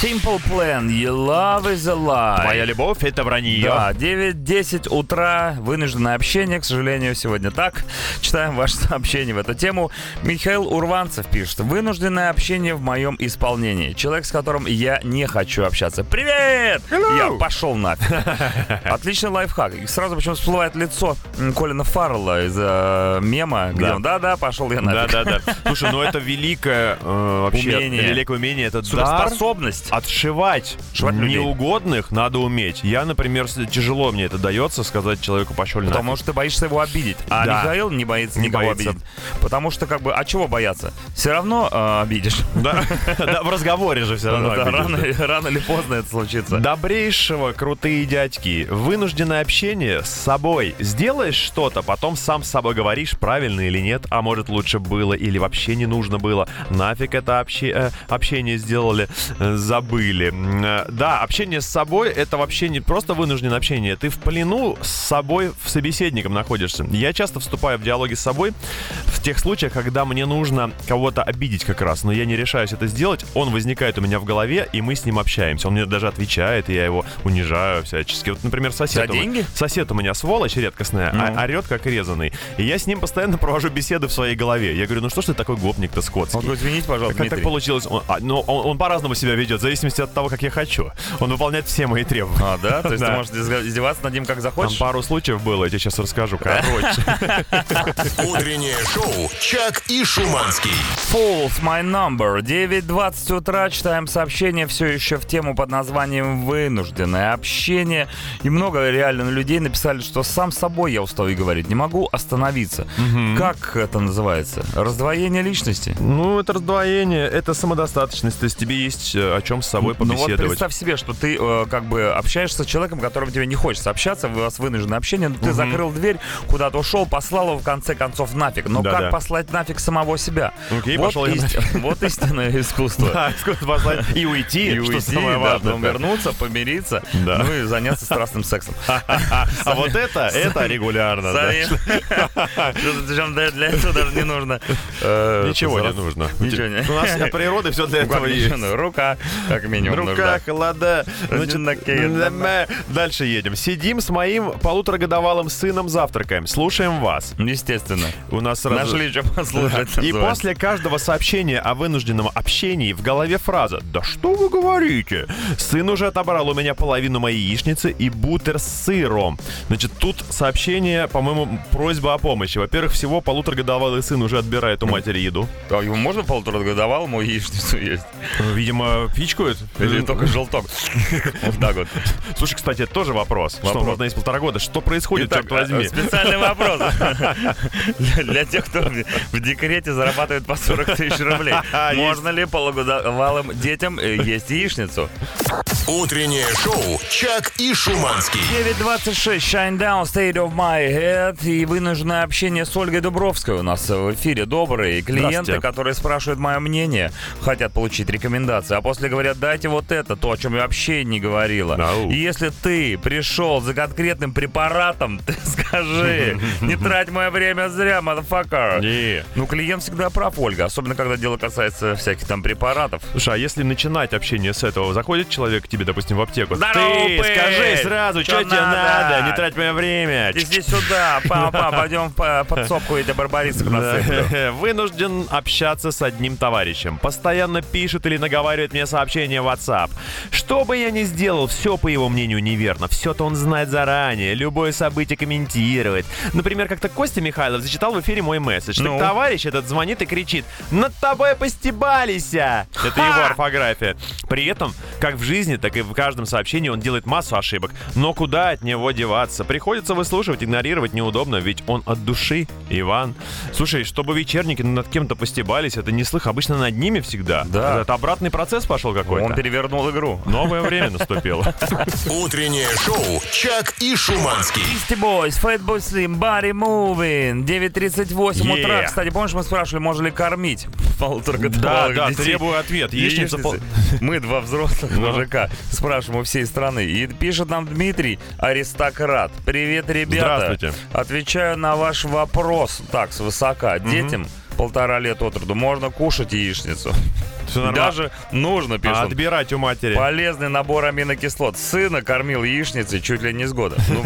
Simple Plan. Your love is a lie. Моя любовь — это вранье. Да, 9.10 утра, вынужденное общение, к сожалению, сегодня так. Читаем ваше сообщение в эту тему. Михаил Урванцев пишет. Вынужденное общение в моем исполнении. Человек, с которым я не хочу общаться. Привет! Я пошел нафиг. Отличный лайфхак. И сразу почему всплывает лицо м, Колина Фаррелла из э, мема, где Да. он «Да-да, пошел я Да, нафиг». да, да. Слушай, ну это великое э, вообще Умение. великое умение. Это дар Суперспособность. А отшивать Отшивать людей. неугодных надо уметь. Я, например, с- тяжело мне это дается сказать человеку пошел нафиг». Потому что ты боишься его обидеть. А Да. Михаил не боится Не никого боится. обидеть. Потому что, как бы, а чего бояться? Все равно э, обидишь. Да, Да, в разговоре же все равно. Да, обидишь, рано, да. рано или поздно это случится. Добрейшего, крутые дядьки. Вынужденное общение с собой. Сделаешь что-то, потом сам с собой говоришь, правильно или нет, а может лучше было или вообще не нужно было. Нафиг это обще- э, общение сделали, э, забыли. М, э, Да, общение с собой это вообще не просто вынужденное общение. Ты в плену с собой, в собеседником находишься. Я часто вступаю в диалоги с собой в тех случаях, когда мне нужно кого-то обидеть как раз, но я не решаюсь это сделать. Он возникает у меня в голове, и мы с ним общаемся. Он мне даже отвечает, и я его унижаю всячески. Вот, например, сосед. За у меня- деньги? Сосед у меня сволочь редкостная, Ну. а орет как резанный. И я с ним постоянно провожу беседы в своей голове. Я говорю, ну что ж ты такой гопник-то скотский? Он говорит, извините, пожалуйста, Как так Дмитрий. получилось? Он, а, ну, он, он по-разному себя ведет. зависимости от того, как я хочу. Он выполняет все мои требования. А, да? То есть ты Да. можешь изга- издеваться над ним как Там захочешь? пару случаев было, я тебе сейчас расскажу. Короче. Утреннее шоу «Чак и Шуманский». Falls My Number. 9.20 утра. Читаем сообщение все еще в тему под названием «Вынужденное общение». И много реально людей написали, что сам с собой я устал и говорить. Не могу остановиться. Как это называется? Раздвоение личности? Ну, это раздвоение, это самодостаточность. То есть тебе есть э, о чем с собой Ну вот побеседовать. представь себе, что ты э, как бы общаешься с человеком, которому тебе не хочется общаться, у вас вынуждено общение, но ты закрыл дверь, куда-то ушел, послал его в конце концов нафиг. Но Да-да. как послать нафиг самого себя? Ну, Окей, вот, пошел я ист- вот истинное искусство. Да, искусство послать и уйти, и что уйти, самое да, важное. потом вернуться, помириться, Да. ну и заняться страстным сексом. А вот это, это регулярно. да. Сами- Причем для для этого даже не нужно. э, Ничего не раз- нужно. Ничего не- У нас от природы все для Ну, как этого есть. ничего, ну, Рука, как минимум, Рука, нужна. холода. Значит, на кей- м, на- м, Дальше едем. Сидим с моим полуторагодовалым сыном завтракаем. Слушаем вас. Естественно. У нас сразу... Нашли, что послушать. Да. И называется. после каждого сообщения о вынужденном общении в голове фраза «Да что вы говорите?» Сын уже отобрал у меня половину моей яичницы и бутер с сыром. Значит, тут сообщение, по-моему, просьба о помощи. Во-первых, всего полуторагодовалый сын уже отбирает у матери еду. А Его можно полтора годовалому яичницу есть? Видимо, пичкают. Или только желток? Вот так вот. Слушай, кстати, это тоже вопрос. Что, Вопрос. можно есть полтора года? Что происходит, Итак, э, черт возьми? специальный вопрос для, для тех, кто в в декрете зарабатывает по 40 тысяч рублей. А, Есть. Можно ли полугодовалым детям э, есть яичницу? Утреннее шоу «Чак и Шуманский». 9.26, Shine Down, State of My Head и вынужденное общение с Ольгой Дубровской у нас в эфире. Добрые клиенты, Здравствуйте. которые спрашивают мое мнение, хотят получить рекомендации, а после говорят, дайте вот это, то, о чем я вообще не говорила. Ау. И если ты пришел за конкретным препаратом, ты скажи, не трать мое время зря, motherfucker. Не. Ну, клиент всегда прав, Ольга, особенно когда дело касается всяких там препаратов. Слушай, а если начинать общение с этого, заходит человек к тебе, допустим, в аптеку. Здорово, Ты пыль! скажи сразу, Чё что тебе надо? надо, не трать мое время. Ты здесь сюда, папа, пойдем в по- подсобку, я тебе барбарисок насыплю. Да. Вынужден общаться с одним товарищем. Постоянно пишет или наговаривает мне сообщение в WhatsApp. Что бы я ни сделал, все, по его мнению, неверно. Все-то он знает заранее, любое событие комментирует. Например, как-то Костя Михайлов зачитал в эфире мой месседж. Ну? Так товарищ этот звонит и кричит «Над тобой постебались!» Это его орфография. При этом, как в жизни, так и в каждом сообщении он делает массу ошибок. Но куда от него деваться? Приходится выслушивать, игнорировать неудобно, ведь он от души, Иван. Слушай, чтобы вечерники над кем-то постебались, это не слых, обычно над ними всегда. Да. Это обратный процесс пошел какой-то. Он перевернул игру. Новое время наступило. Утреннее шоу «Чак и Шуманский». Beastie Boys, Fatboy Slim, Body Moving, 9.38 утра. Yeah. Кстати, помнишь, мы спрашивали, можно ли кормить Да, полуторагодовалых да, детей? требую ответ. Яичница Яичницы. пол- Мы два взрослых мужика спрашиваем у всей страны. И пишет нам Дмитрий, аристократ. Привет, ребята. Здравствуйте. Отвечаю на ваш вопрос так, свысока. Детям полтора лет от роду можно кушать яичницу. Всё нормально. Даже нужно, пишет. А он. Отбирать у матери. Полезный набор аминокислот. Сына кормил яичницей чуть ли не с года. Ну,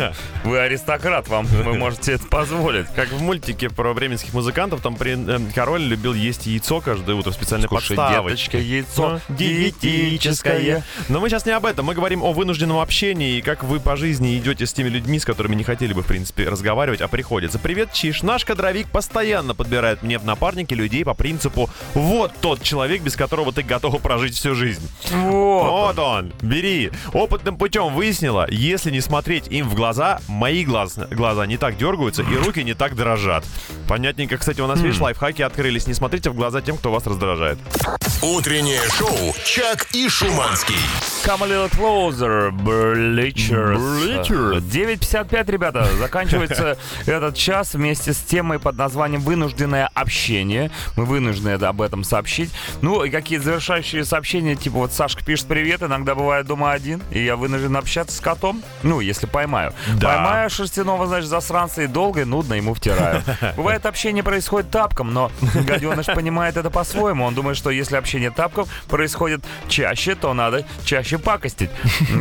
вы аристократ, вам вы можете это позволить. Как в мультике про бременских музыкантов, там при- эм, король любил есть яйцо каждое утро в специальной Кушай, подставочке. Ну, деточка, яйцо диетическое. Но мы сейчас не об этом. Мы говорим о вынужденном общении и как вы по жизни идете с теми людьми, с которыми не хотели бы, в принципе, разговаривать, а приходится. Привет, Чиш. Наш кадровик постоянно подбирает мне в напарнике людей по принципу «Вот тот человек, без которого ты готова прожить всю жизнь». Вот. Вот он, бери. Опытным путем выяснила, если не смотреть им в глаза, мои глаз, глаза не так дергаются и руки не так дрожат. Понятненько, кстати, у нас, Хм. видишь, лайфхаки открылись. Не смотрите в глаза тем, кто вас раздражает. Утреннее шоу «Чак и Шуманский». Come a little closer, Bleachers. Bleachers. 9.55, ребята, заканчивается этот час вместе с темой под названием «Вынужденное общение». Мы вынуждены это- об этом сообщить. Ну, и какие завершающие сообщения, типа вот Сашка пишет «Привет, иногда бывает дома один, и я вынужден общаться с котом». Ну, если поймаю. Да. Поймаю шерстяного, значит, засранца и долго и нудно ему втираю. Бывает, общение происходит тапком, но гаденыш понимает это по-своему. Он думает, что если общение тапком происходит чаще, то надо чаще пакостить.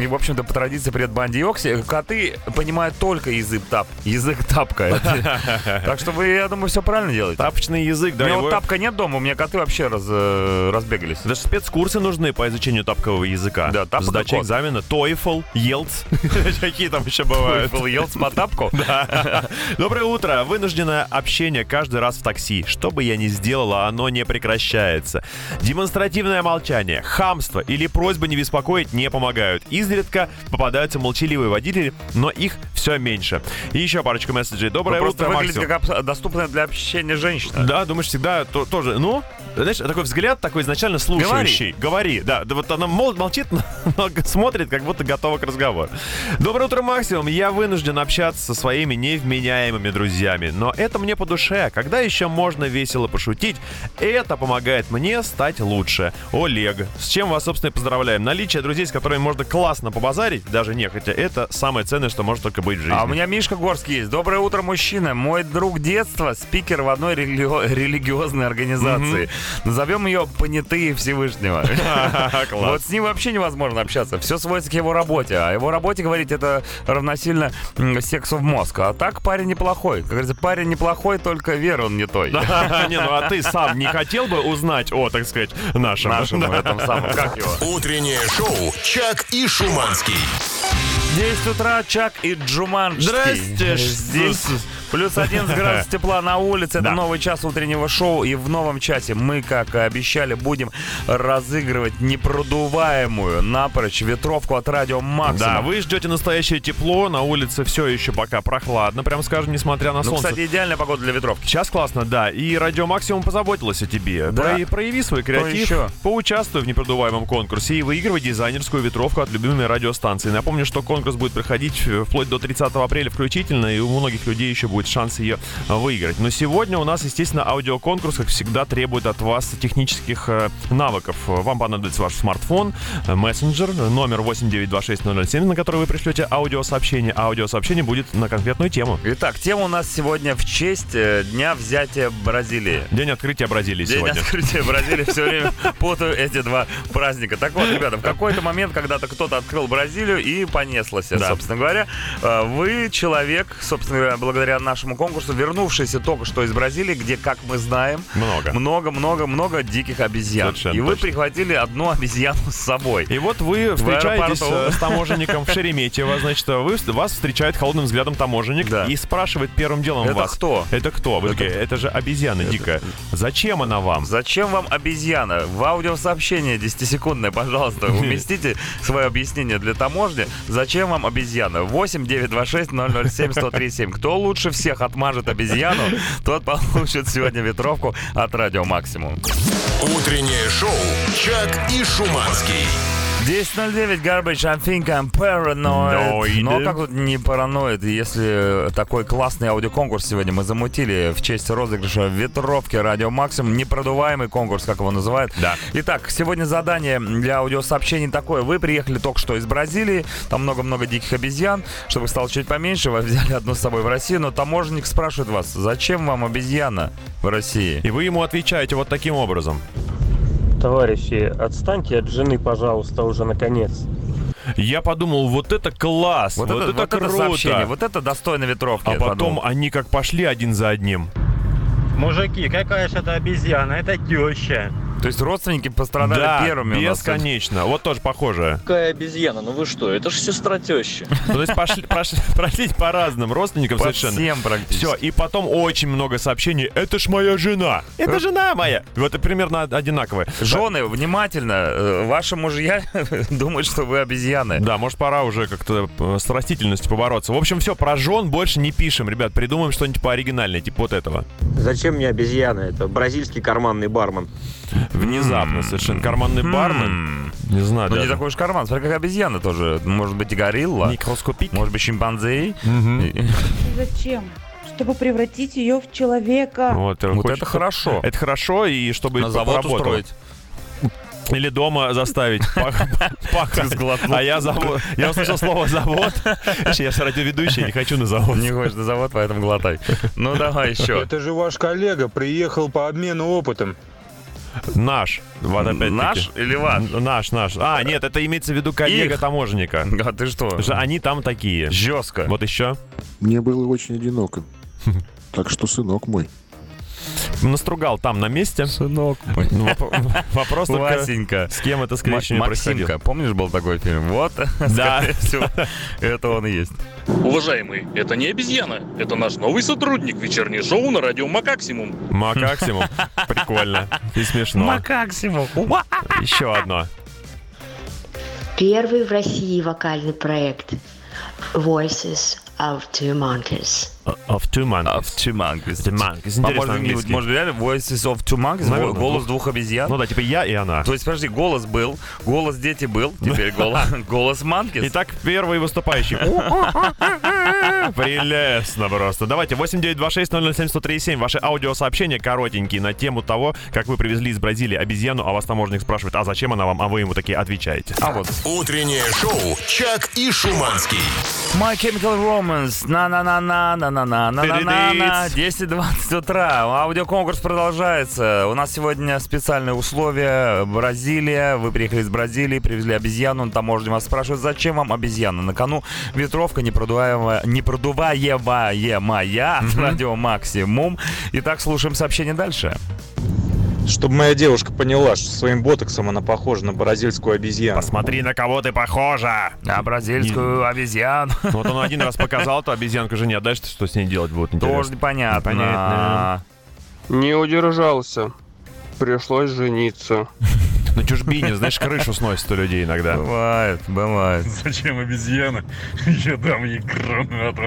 И, в общем-то, по традиции пред Бандиокси, коты понимают только язык тап, язык тапка. Это- Так что вы, я думаю, все правильно делаете. Тапочный язык, У да, меня его- вот тапка нет дома, у меня коты вообще раз, э, разбегались. Даже спецкурсы нужны по изучению тапкового языка. Да, тапок и Сдача кот. экзамена, TOEFL, ЕЛЦ. Какие там еще бывают? Был ел с потапку. Доброе утро. Вынужденное общение каждый раз в такси. Что бы я ни сделала, оно не прекращается. Демонстративное молчание, хамство или просьба не беспокоить не помогают. Изредка попадаются молчаливые водители, но их все меньше. И еще парочку месседжей. Вы Доброе Ну, просто утро, выглядите Максим. как абс- доступная для общения женщина. Да, думаешь, всегда то- тоже. Ну, знаешь, такой взгляд, такой изначально слушающий. Говори. да. Да вот она мол- молчит, но смотрит, как будто готова к разговору. Доброе утро, Максимум. Я вынужден общаться со своими невменяемыми друзьями. Но это мне по душе. Когда еще можно весело пошутить? Это помогает мне стать лучше. Олег, с чем вас, собственно, и поздравляем. Наличие друзей, с которыми можно классно побазарить, даже нехотя, это самое ценное, что может только быть в жизни. А у меня Мишка Горский есть. Доброе утро, мужчина. Мой друг детства, спикер в одной релио- религиозной организации. Назовем ее «Понятые Всевышнего». Вот Класс. с ним вообще невозможно общаться. Все сводится к его работе. А его работе, говорить, это равносильно м, сексу в мозг. А так парень неплохой. Как говорится, парень неплохой, только веру он не той. Не, ну а ты сам не хотел бы узнать о, так сказать, нашем? Нашему этом самом. Как его? Утреннее шоу «Чак и Шуманский». 10 утра, Чак и Джуманский. Здрасте, Здесь Ш- плюс 11 градусов тепла на улице. Это Да. новый час утреннего шоу. И в новом часе мы, как и обещали, будем разыгрывать непродуваемую напрочь ветровку от радио Максимум. Да, вы ждете настоящее тепло, на улице все еще пока прохладно, прям скажем, несмотря на Ну, солнце. кстати, идеальная погода для ветровки. Сейчас классно, да. И радио Максимум позаботилось о тебе. Да. Про- прояви свой креатив, еще? поучаствуй в непродуваемом конкурсе и выигрывай дизайнерскую ветровку от любимой радиостанции. Напомню, что конкурс будет проходить э, вплоть до 30 апреля включительно, и у многих людей еще будет шанс ее э, выиграть. Но сегодня у нас, естественно, аудиоконкурс, как всегда, требует от вас технических э, навыков. Э, Вам понадобится ваш смартфон, э, мессенджер, э, номер 8926007, на который вы пришлете аудиосообщение. А Аудиосообщение будет на конкретную тему. Итак, тема у нас сегодня в честь э, Дня взятия Бразилии. День открытия Бразилии День сегодня. открытия Бразилии все время путаю эти два праздника. Так вот, ребята, в какой-то момент когда-то кто-то открыл Бразилию и понеслось, собственно говоря. Э, Вы человек, собственно говоря, благодаря нашему конкурсу, вернувшийся только что из Бразилии, где, как мы знаем, Много. много-много-много диких обезьян. Совершенно и вы точно. прихватили одну обезьяну с собой. И вот вы встречаетесь аэропорту. э, с таможенником в Шереметьево, значит, э, вы, вас встречает холодным взглядом таможенник Да. и спрашивает первым делом Это вас. кто? Это кто? Вы Это такие, кто? это же обезьяна дикая. Зачем она вам? Зачем вам обезьяна? В аудиосообщение 10-секундное, пожалуйста, уместите свое объяснение для таможни. Зачем вам обезьяна? 8 926 007 1037. Кто лучше всех отмажет обезьяну, тот получит сегодня ветровку от радио Максимум. Утреннее шоу «Чак и Шуманский». 10.09, Garbage, I think I'm paranoid. Ноиды. Но как тут не параноид, если э, такой классный аудиоконкурс сегодня мы замутили в честь розыгрыша ветровки Радио Максимум, непродуваемый конкурс, как его называют. Да. Итак, сегодня задание для аудиосообщений такое. Вы приехали только что из Бразилии, там много-много диких обезьян. Чтобы их стало чуть поменьше, вы взяли одну с собой в Россию, но таможенник спрашивает вас, зачем вам обезьяна в России? И вы ему отвечаете вот таким образом. Товарищи, отстаньте от жены, пожалуйста, уже наконец. Я подумал, вот это класс, вот, это, вот это круто. сообщение, вот это достойно ветровки. а я потом подумал. они как пошли один за одним. Мужики, какая же это обезьяна? Это теща. То есть родственники пострадали да, первыми. у нас. бесконечно. Вот тоже похожее. Какая обезьяна? Ну вы что, это ж сестра теща. Ну, То есть пошли, прошли, прошлись по разным родственникам По совершенно. всем практически. Все, и потом очень много сообщений. Это ж моя жена. Это жена моя. Вот и примерно одинаковые. Жены, внимательно, э, ваши мужья думают, что вы обезьяны. Да, может, пора уже как-то э, с растительностью побороться. В общем, все, про жен больше не пишем, ребят. Придумаем что-нибудь пооригинальное, типа вот этого. Зачем мне обезьяна? Это бразильский карманный бармен. Внезапно совершенно. Карманный бармен. Не знаю, Ну, даже. не такой уж карман. Смотри, как обезьяна тоже. Может быть, и горилла. Микроскопик. Может быть, шимпанзе. Мгм. И- Зачем? Чтобы превратить ее в человека. Вот, э, Вот хочет- это хорошо. Это хорошо, и чтобы На завод поработало. устроить. Или дома заставить пах- пахать. А я завод. Я услышал слово завод. Я же радиоведущий, не хочу на завод. Не хочешь на завод, поэтому глотай. Ну, давай еще. Это же ваш коллега приехал по обмену опытом. Наш. Вот опять-таки. Наш или ваш? Н- Наш, наш. А, нет, это имеется в виду коллега Их. таможенника. А ты что? Потому что они там такие. Жестко. Вот еще. Мне было очень одиноко. Так что, сынок мой, настругал там на месте. Сынок мой. Ну, воп- Вопрос только, Васенька. с кем это Ма- скрещение происходило. Максимка, помнишь, был такой фильм? Вот, Да. скорее всего, это он и есть. Уважаемый, это не обезьяна. Это наш новый сотрудник. Вечернее шоу на радио Макаксимум. Макаксимум. Прикольно. И Ну, а? смешно. Максимум. Еще одно. Первый в России вокальный проект Voices of Two Monkeys. Of two Of monkeys. two monkeys. Two monkeys. Интересно По-моему, английский. может, реально voices of two monkeys, Наверное, голос двух обезьян. Ну да, типа я и она. То есть, подожди, голос был, голос дети был, теперь голос, голос манкис. Итак, первый выступающий. Прелестно просто. Давайте, 8926-007-1037. Ваши аудиосообщения коротенькие на тему того, как вы привезли из Бразилии обезьяну, а вас таможенник спрашивает, а зачем она вам, а вы ему такие отвечаете. А вот Утреннее шоу «Чак и Шуманский». My Chemical Romance. На-на-на-на-на-на-на-на-на-на. 10.20 утра. Аудиоконкурс продолжается. У нас сегодня специальные условия. Бразилия. Вы приехали из Бразилии, привезли обезьяну. Таможня вас спрашивает, зачем вам обезьяна? На кону ветровка непродуваемая, непродуваемая от радио Максимум. Итак, слушаем сообщение дальше. Чтобы моя девушка поняла, что своим ботоксом она похожа на бразильскую обезьяну. Посмотри, на кого ты похожа. На А бразильскую обезьяну. Вот он один раз показал эту обезьянку жене, а дальше что с ней делать будет, Тоже интересно. непонятно. Непонятно. Не удержался. Пришлось жениться. На чужбине, знаешь, крышу сносит у людей иногда. Бывает, бывает. Зачем обезьяна? Я дам ей гранату.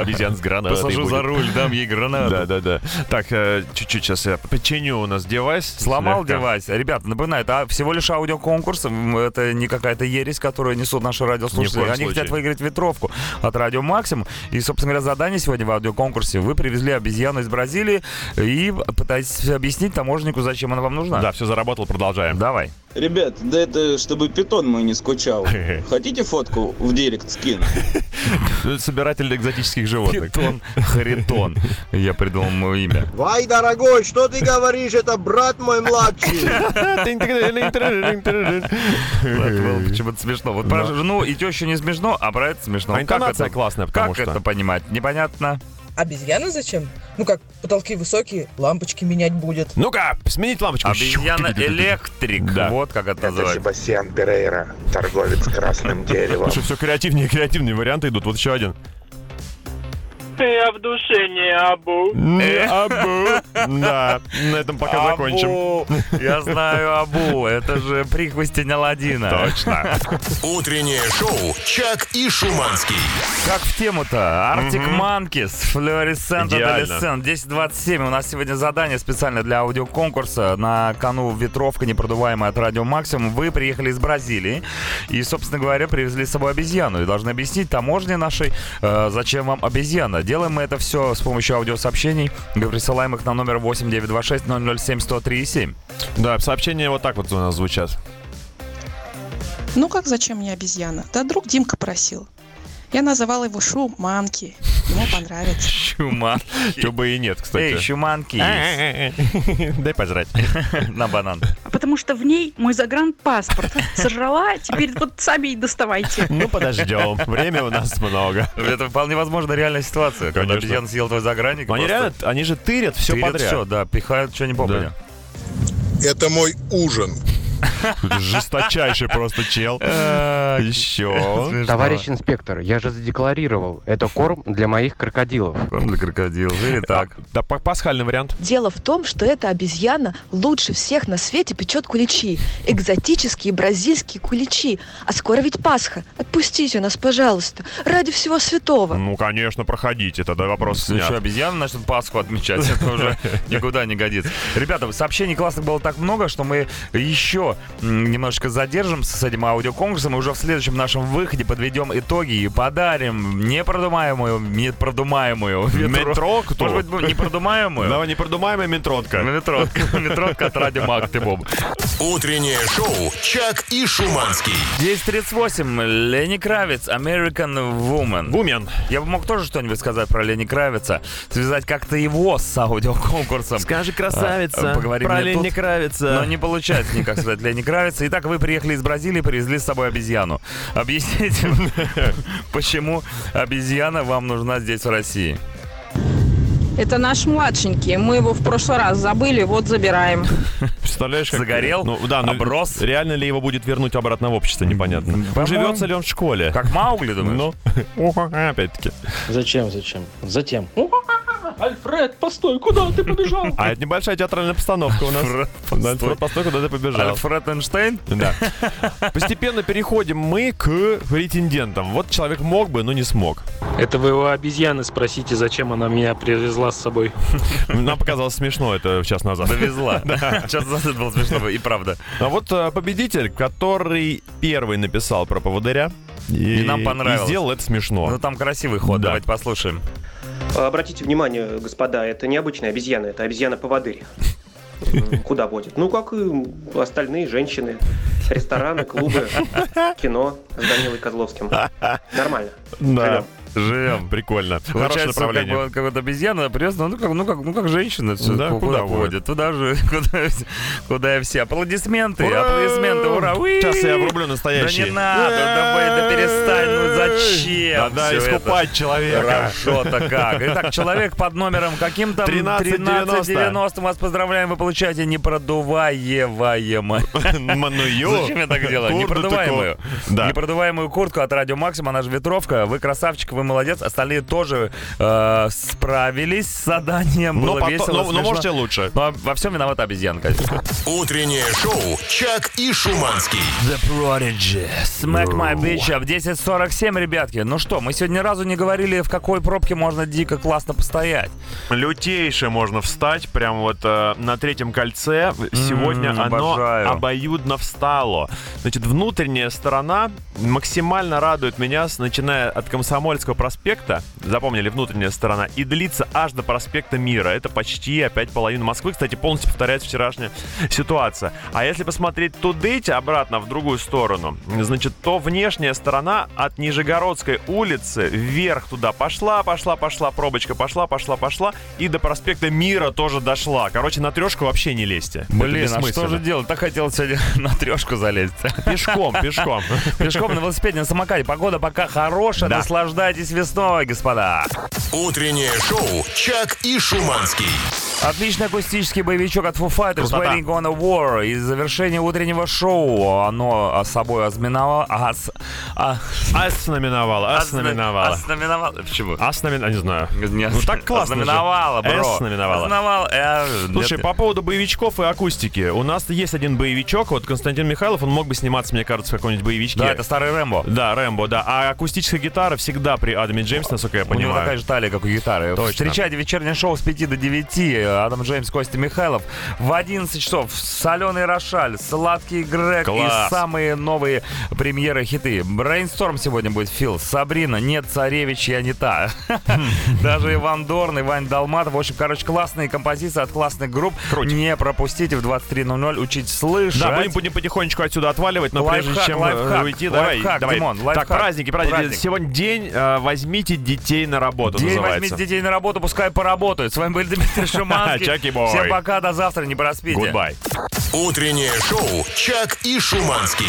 Обезьян с гранатой Посажу за будет. руль, дам ей гранату. Да, да, да. Так, э, чуть-чуть сейчас я починю у нас девайс. Сломал Слегка. девайс. Ребята, напоминаю, это всего лишь аудиоконкурс. М, Это не какая-то ересь, которую несут наши Ни в радиослушатели. коем Они случае. хотят выиграть ветровку от Радио Максим. И, собственно говоря, задание сегодня в аудиоконкурсе. Вы привезли обезьяну из Бразилии и пытаетесь объяснить таможеннику, зачем она вам нужна. Да, все заработал, продолжаем. Давай. Ребят, да это чтобы питон мой не скучал. Хотите фотку в директ скину? Собиратель экзотических животных. Хритон. Харитон. Я придумал мое имя. Вай, дорогой, что ты говоришь? Это брат мой младший. А Это было Э, почему-то смешно. Вот про Да. жену и тещу не смешно, а про это смешно. А Вот Как интонация это, классная, потому как что... это понимать? Непонятно. Обезьяна зачем? Ну как, потолки высокие, лампочки менять будет. Ну-ка, сменить лампочку. Обезьяна электрик. Да. Вот как это называется. Себастьян Перейра, торговец красным деревом. Слушай, все креативнее и креативнее варианты идут. Вот еще один. Я в душе не обу. Э. Абу. Да, на этом пока закончим. Абу! Я знаю Абу. Это же прихвостень Аладдина. Точно. Утреннее шоу «Чак и Шуманский». Как в тему-то? Артик Манкис, Флюоресцент Идеально. Адолесцент. 10.27. У нас сегодня задание специально для аудиоконкурса. На кону ветровка, непродуваемая от Радио Максимум. Вы приехали из Бразилии и, собственно говоря, привезли с собой обезьяну. И должны объяснить таможне нашей, э, зачем вам обезьяна. Делаем мы это все с помощью аудиосообщений. Присылаем их на номер 8926 007 1037. Да, сообщения вот так вот у нас звучат. Ну как, зачем мне обезьяна? Да друг Димка просил. Я называла его Шуманки. Ему понравится. Чума. Чё бы и нет, Эй, кстати. Шуманки. э, Дай пожрать. На банан. А Потому что в ней мой загранпаспорт. Сожрала, а теперь вот сами и доставайте. Ну, подождем. Время у нас много. Это вполне возможно реальная ситуация, когда Конечно. обезьян съел твой загранник. Но они реально, они же тырят все подряд. Все, да, пихают что не попадя. Это мой ужин. Жесточайший просто чел. Еще. Смешно. инспектор, я же задекларировал. Это корм для моих крокодилов. Корм для крокодила. А, Или так. Да, па- пасхальный вариант. Дело в том, что эта обезьяна лучше всех на свете печет куличи. Экзотические бразильские куличи. А скоро ведь Пасха. Отпустите нас, пожалуйста. Ради всего святого. Ну, конечно, проходите, тогда вопрос Еще снят. обезьяны начнут Пасху отмечать. Это уже никуда не годится. Ребята, сообщений классных было так много, что мы еще м, немножечко задержимся с этим аудиоконкурсом. И уже в следующем нашем выходе подведем итоги и подарим непродумаемую, непродумаемую а ветро- Метро кто? Может быть, непродумаемую? Давай непродумаемая метротка. Метротка. Метротка от Радио Мак, ты боб. Утреннее шоу «Чак и Шуманский». 10.38. Лени Кравец, American Woman. Вумен. Я бы мог тоже что-нибудь сказать про Лени Кравица. Связать как-то его с аудиоконкурсом. А, Скажи, красавица, Поговорим про Лени Но кравится. не получается никак сказать Лени Кравица. Итак, вы приехали из Бразилии, привезли с собой обезьяну. Объясните, почему обезьяна вам нужна здесь, в России? Это наш младшенький. Мы его в прошлый раз забыли, вот забираем. Представляешь, как... Загорел? Ну, да, ну, Оброс? реально ли его будет вернуть обратно в общество, непонятно. Живется ли он в школе? Как Маугли, думаешь? Ну, опять-таки. Зачем, зачем? Затем. Альфред, постой, куда ты побежал? А это небольшая театральная постановка у нас. Да, Альфред, постой, куда ты побежал? Альфред Эйнштейн? Да. Постепенно переходим мы к претендентам. Вот человек мог бы, но не смог. Это вы у обезьяны спросите, зачем она меня привезла с собой. Нам показалось смешно это час назад. Довезла. Да. Сейчас назад было смешно, и правда. А вот э, победитель, который первый написал про поводыря. И, И нам понравилось. И сделал это смешно. Ну там красивый ход, Да. давайте послушаем. А, Обратите внимание, господа, это не обычная обезьяна, это обезьяна-поводырь. М, Куда водит? Ну, как и остальные женщины. Рестораны, клубы, кино с Данилой Козловским. Нормально. Да. Живем. Прикольно. Получается, ну, как Хорошее бы направление. он какой-то обезьяна пресс, ну как, ну как, ну как женщина, всё, Да, ку- куда куда, угодно. ходит, туда же, куда, все- куда и все. Аплодисменты, Ура! аплодисменты, ура! уи! Сейчас я врублю настоящий. Да не надо, давай, да перестань, ну зачем? Надо всё искупать это? человека. Хорошо-то как. Итак, человек под номером каким там? 1390. 1390. Вас поздравляем, вы получаете непродуваемое. Мануё. Зачем я так делаю? Ну, Курду Непродуваемую. ты ко- Да. Непродуваемую куртку от Радио Максим, она же ветровка. Вы красавчик, вы молодец. Остальные тоже э, справились с заданием. Но Было Ну, потом- весело, но- но смешно. можете лучше. Но Ну, а во всем виновата обезьяна, конечно. Утреннее шоу Чак и Шуманский. The Prodigy. Smack my bitch up. 10.47, ребятки. Ну что, мы сегодня ни разу не говорили, в какой пробке можно дико классно постоять. Лютейше можно встать, прям вот э, на третьем кольце. Сегодня М, оно М-м, обожаю. обоюдно встало. Значит, внутренняя сторона максимально радует меня, с- начиная от Комсомольского проспекта, запомнили, внутренняя сторона, и длится аж до проспекта Мира. Это почти опять половина Москвы. Кстати, полностью повторяется вчерашняя ситуация. А если посмотреть тудыть, обратно, в другую сторону, значит, то внешняя сторона от Нижегородской улицы вверх туда пошла, пошла, пошла, пробочка пошла, пошла, пошла, и до проспекта Мира тоже дошла. Короче, на трешку вообще не лезьте. Это Блин, а что бессмысленно. же делать? Так хотел сегодня на трешку залезть. Пешком, пешком. Пешком на велосипеде, на самокате. Погода пока хорошая. Да. Наслаждайтесь весной, господа. Утреннее шоу Чак и Шуманский. Отличный акустический боевичок от Foo Fighters Красота. Waiting on a War. И завершение утреннего шоу оно собой ознаменовало... ас- а- Ас номиновала, ас озна- номиновала. ознаменовало- Почему? Ас номиновала, не знаю. Нет. Ну так классно же. Ознаменовало, бро. С номиновала. Ознаменовало, э, Слушай, нет. по поводу боевичков и акустики. У нас есть один боевичок, вот Константин Михайлов, он мог бы сниматься, мне кажется, в каком-нибудь боевичке. Да, это старый Рэмбо. Да, Рэмбо, да. А акустическая гитара всегда при Адаме Джеймс, насколько я У него понимаю. такая же талия, как у гитары. Точно. Встречайте вечернее шоу с 5 до 9. Адам Джеймс, Костя Михайлов. В 11 часов соленый Рошаль, сладкий Грег Класс. и самые новые премьеры хиты. Брейнсторм сегодня будет, Фил. Сабрина, нет, царевич, я не та. Даже Иван Дорн, Иван Долматов. В общем, короче, классные композиции от классных групп. Не пропустите в 23.00. Учить слышать. Да, будем, будем потихонечку отсюда отваливать, но прежде Лайфхак, чем э, лайфхак, уйти, давай, лайфхак, давай. Димон, лайфхак. Так, праздники, праздники. Праздник. Сегодня день э, «Возьмите детей на работу» День называется. возьмите детей на работу, пускай поработают. С вами был Дмитрий Шуманский. Чаки бой. Всем пока, до завтра, не проспите. Goodbye. Утреннее шоу Чак и Шуманский.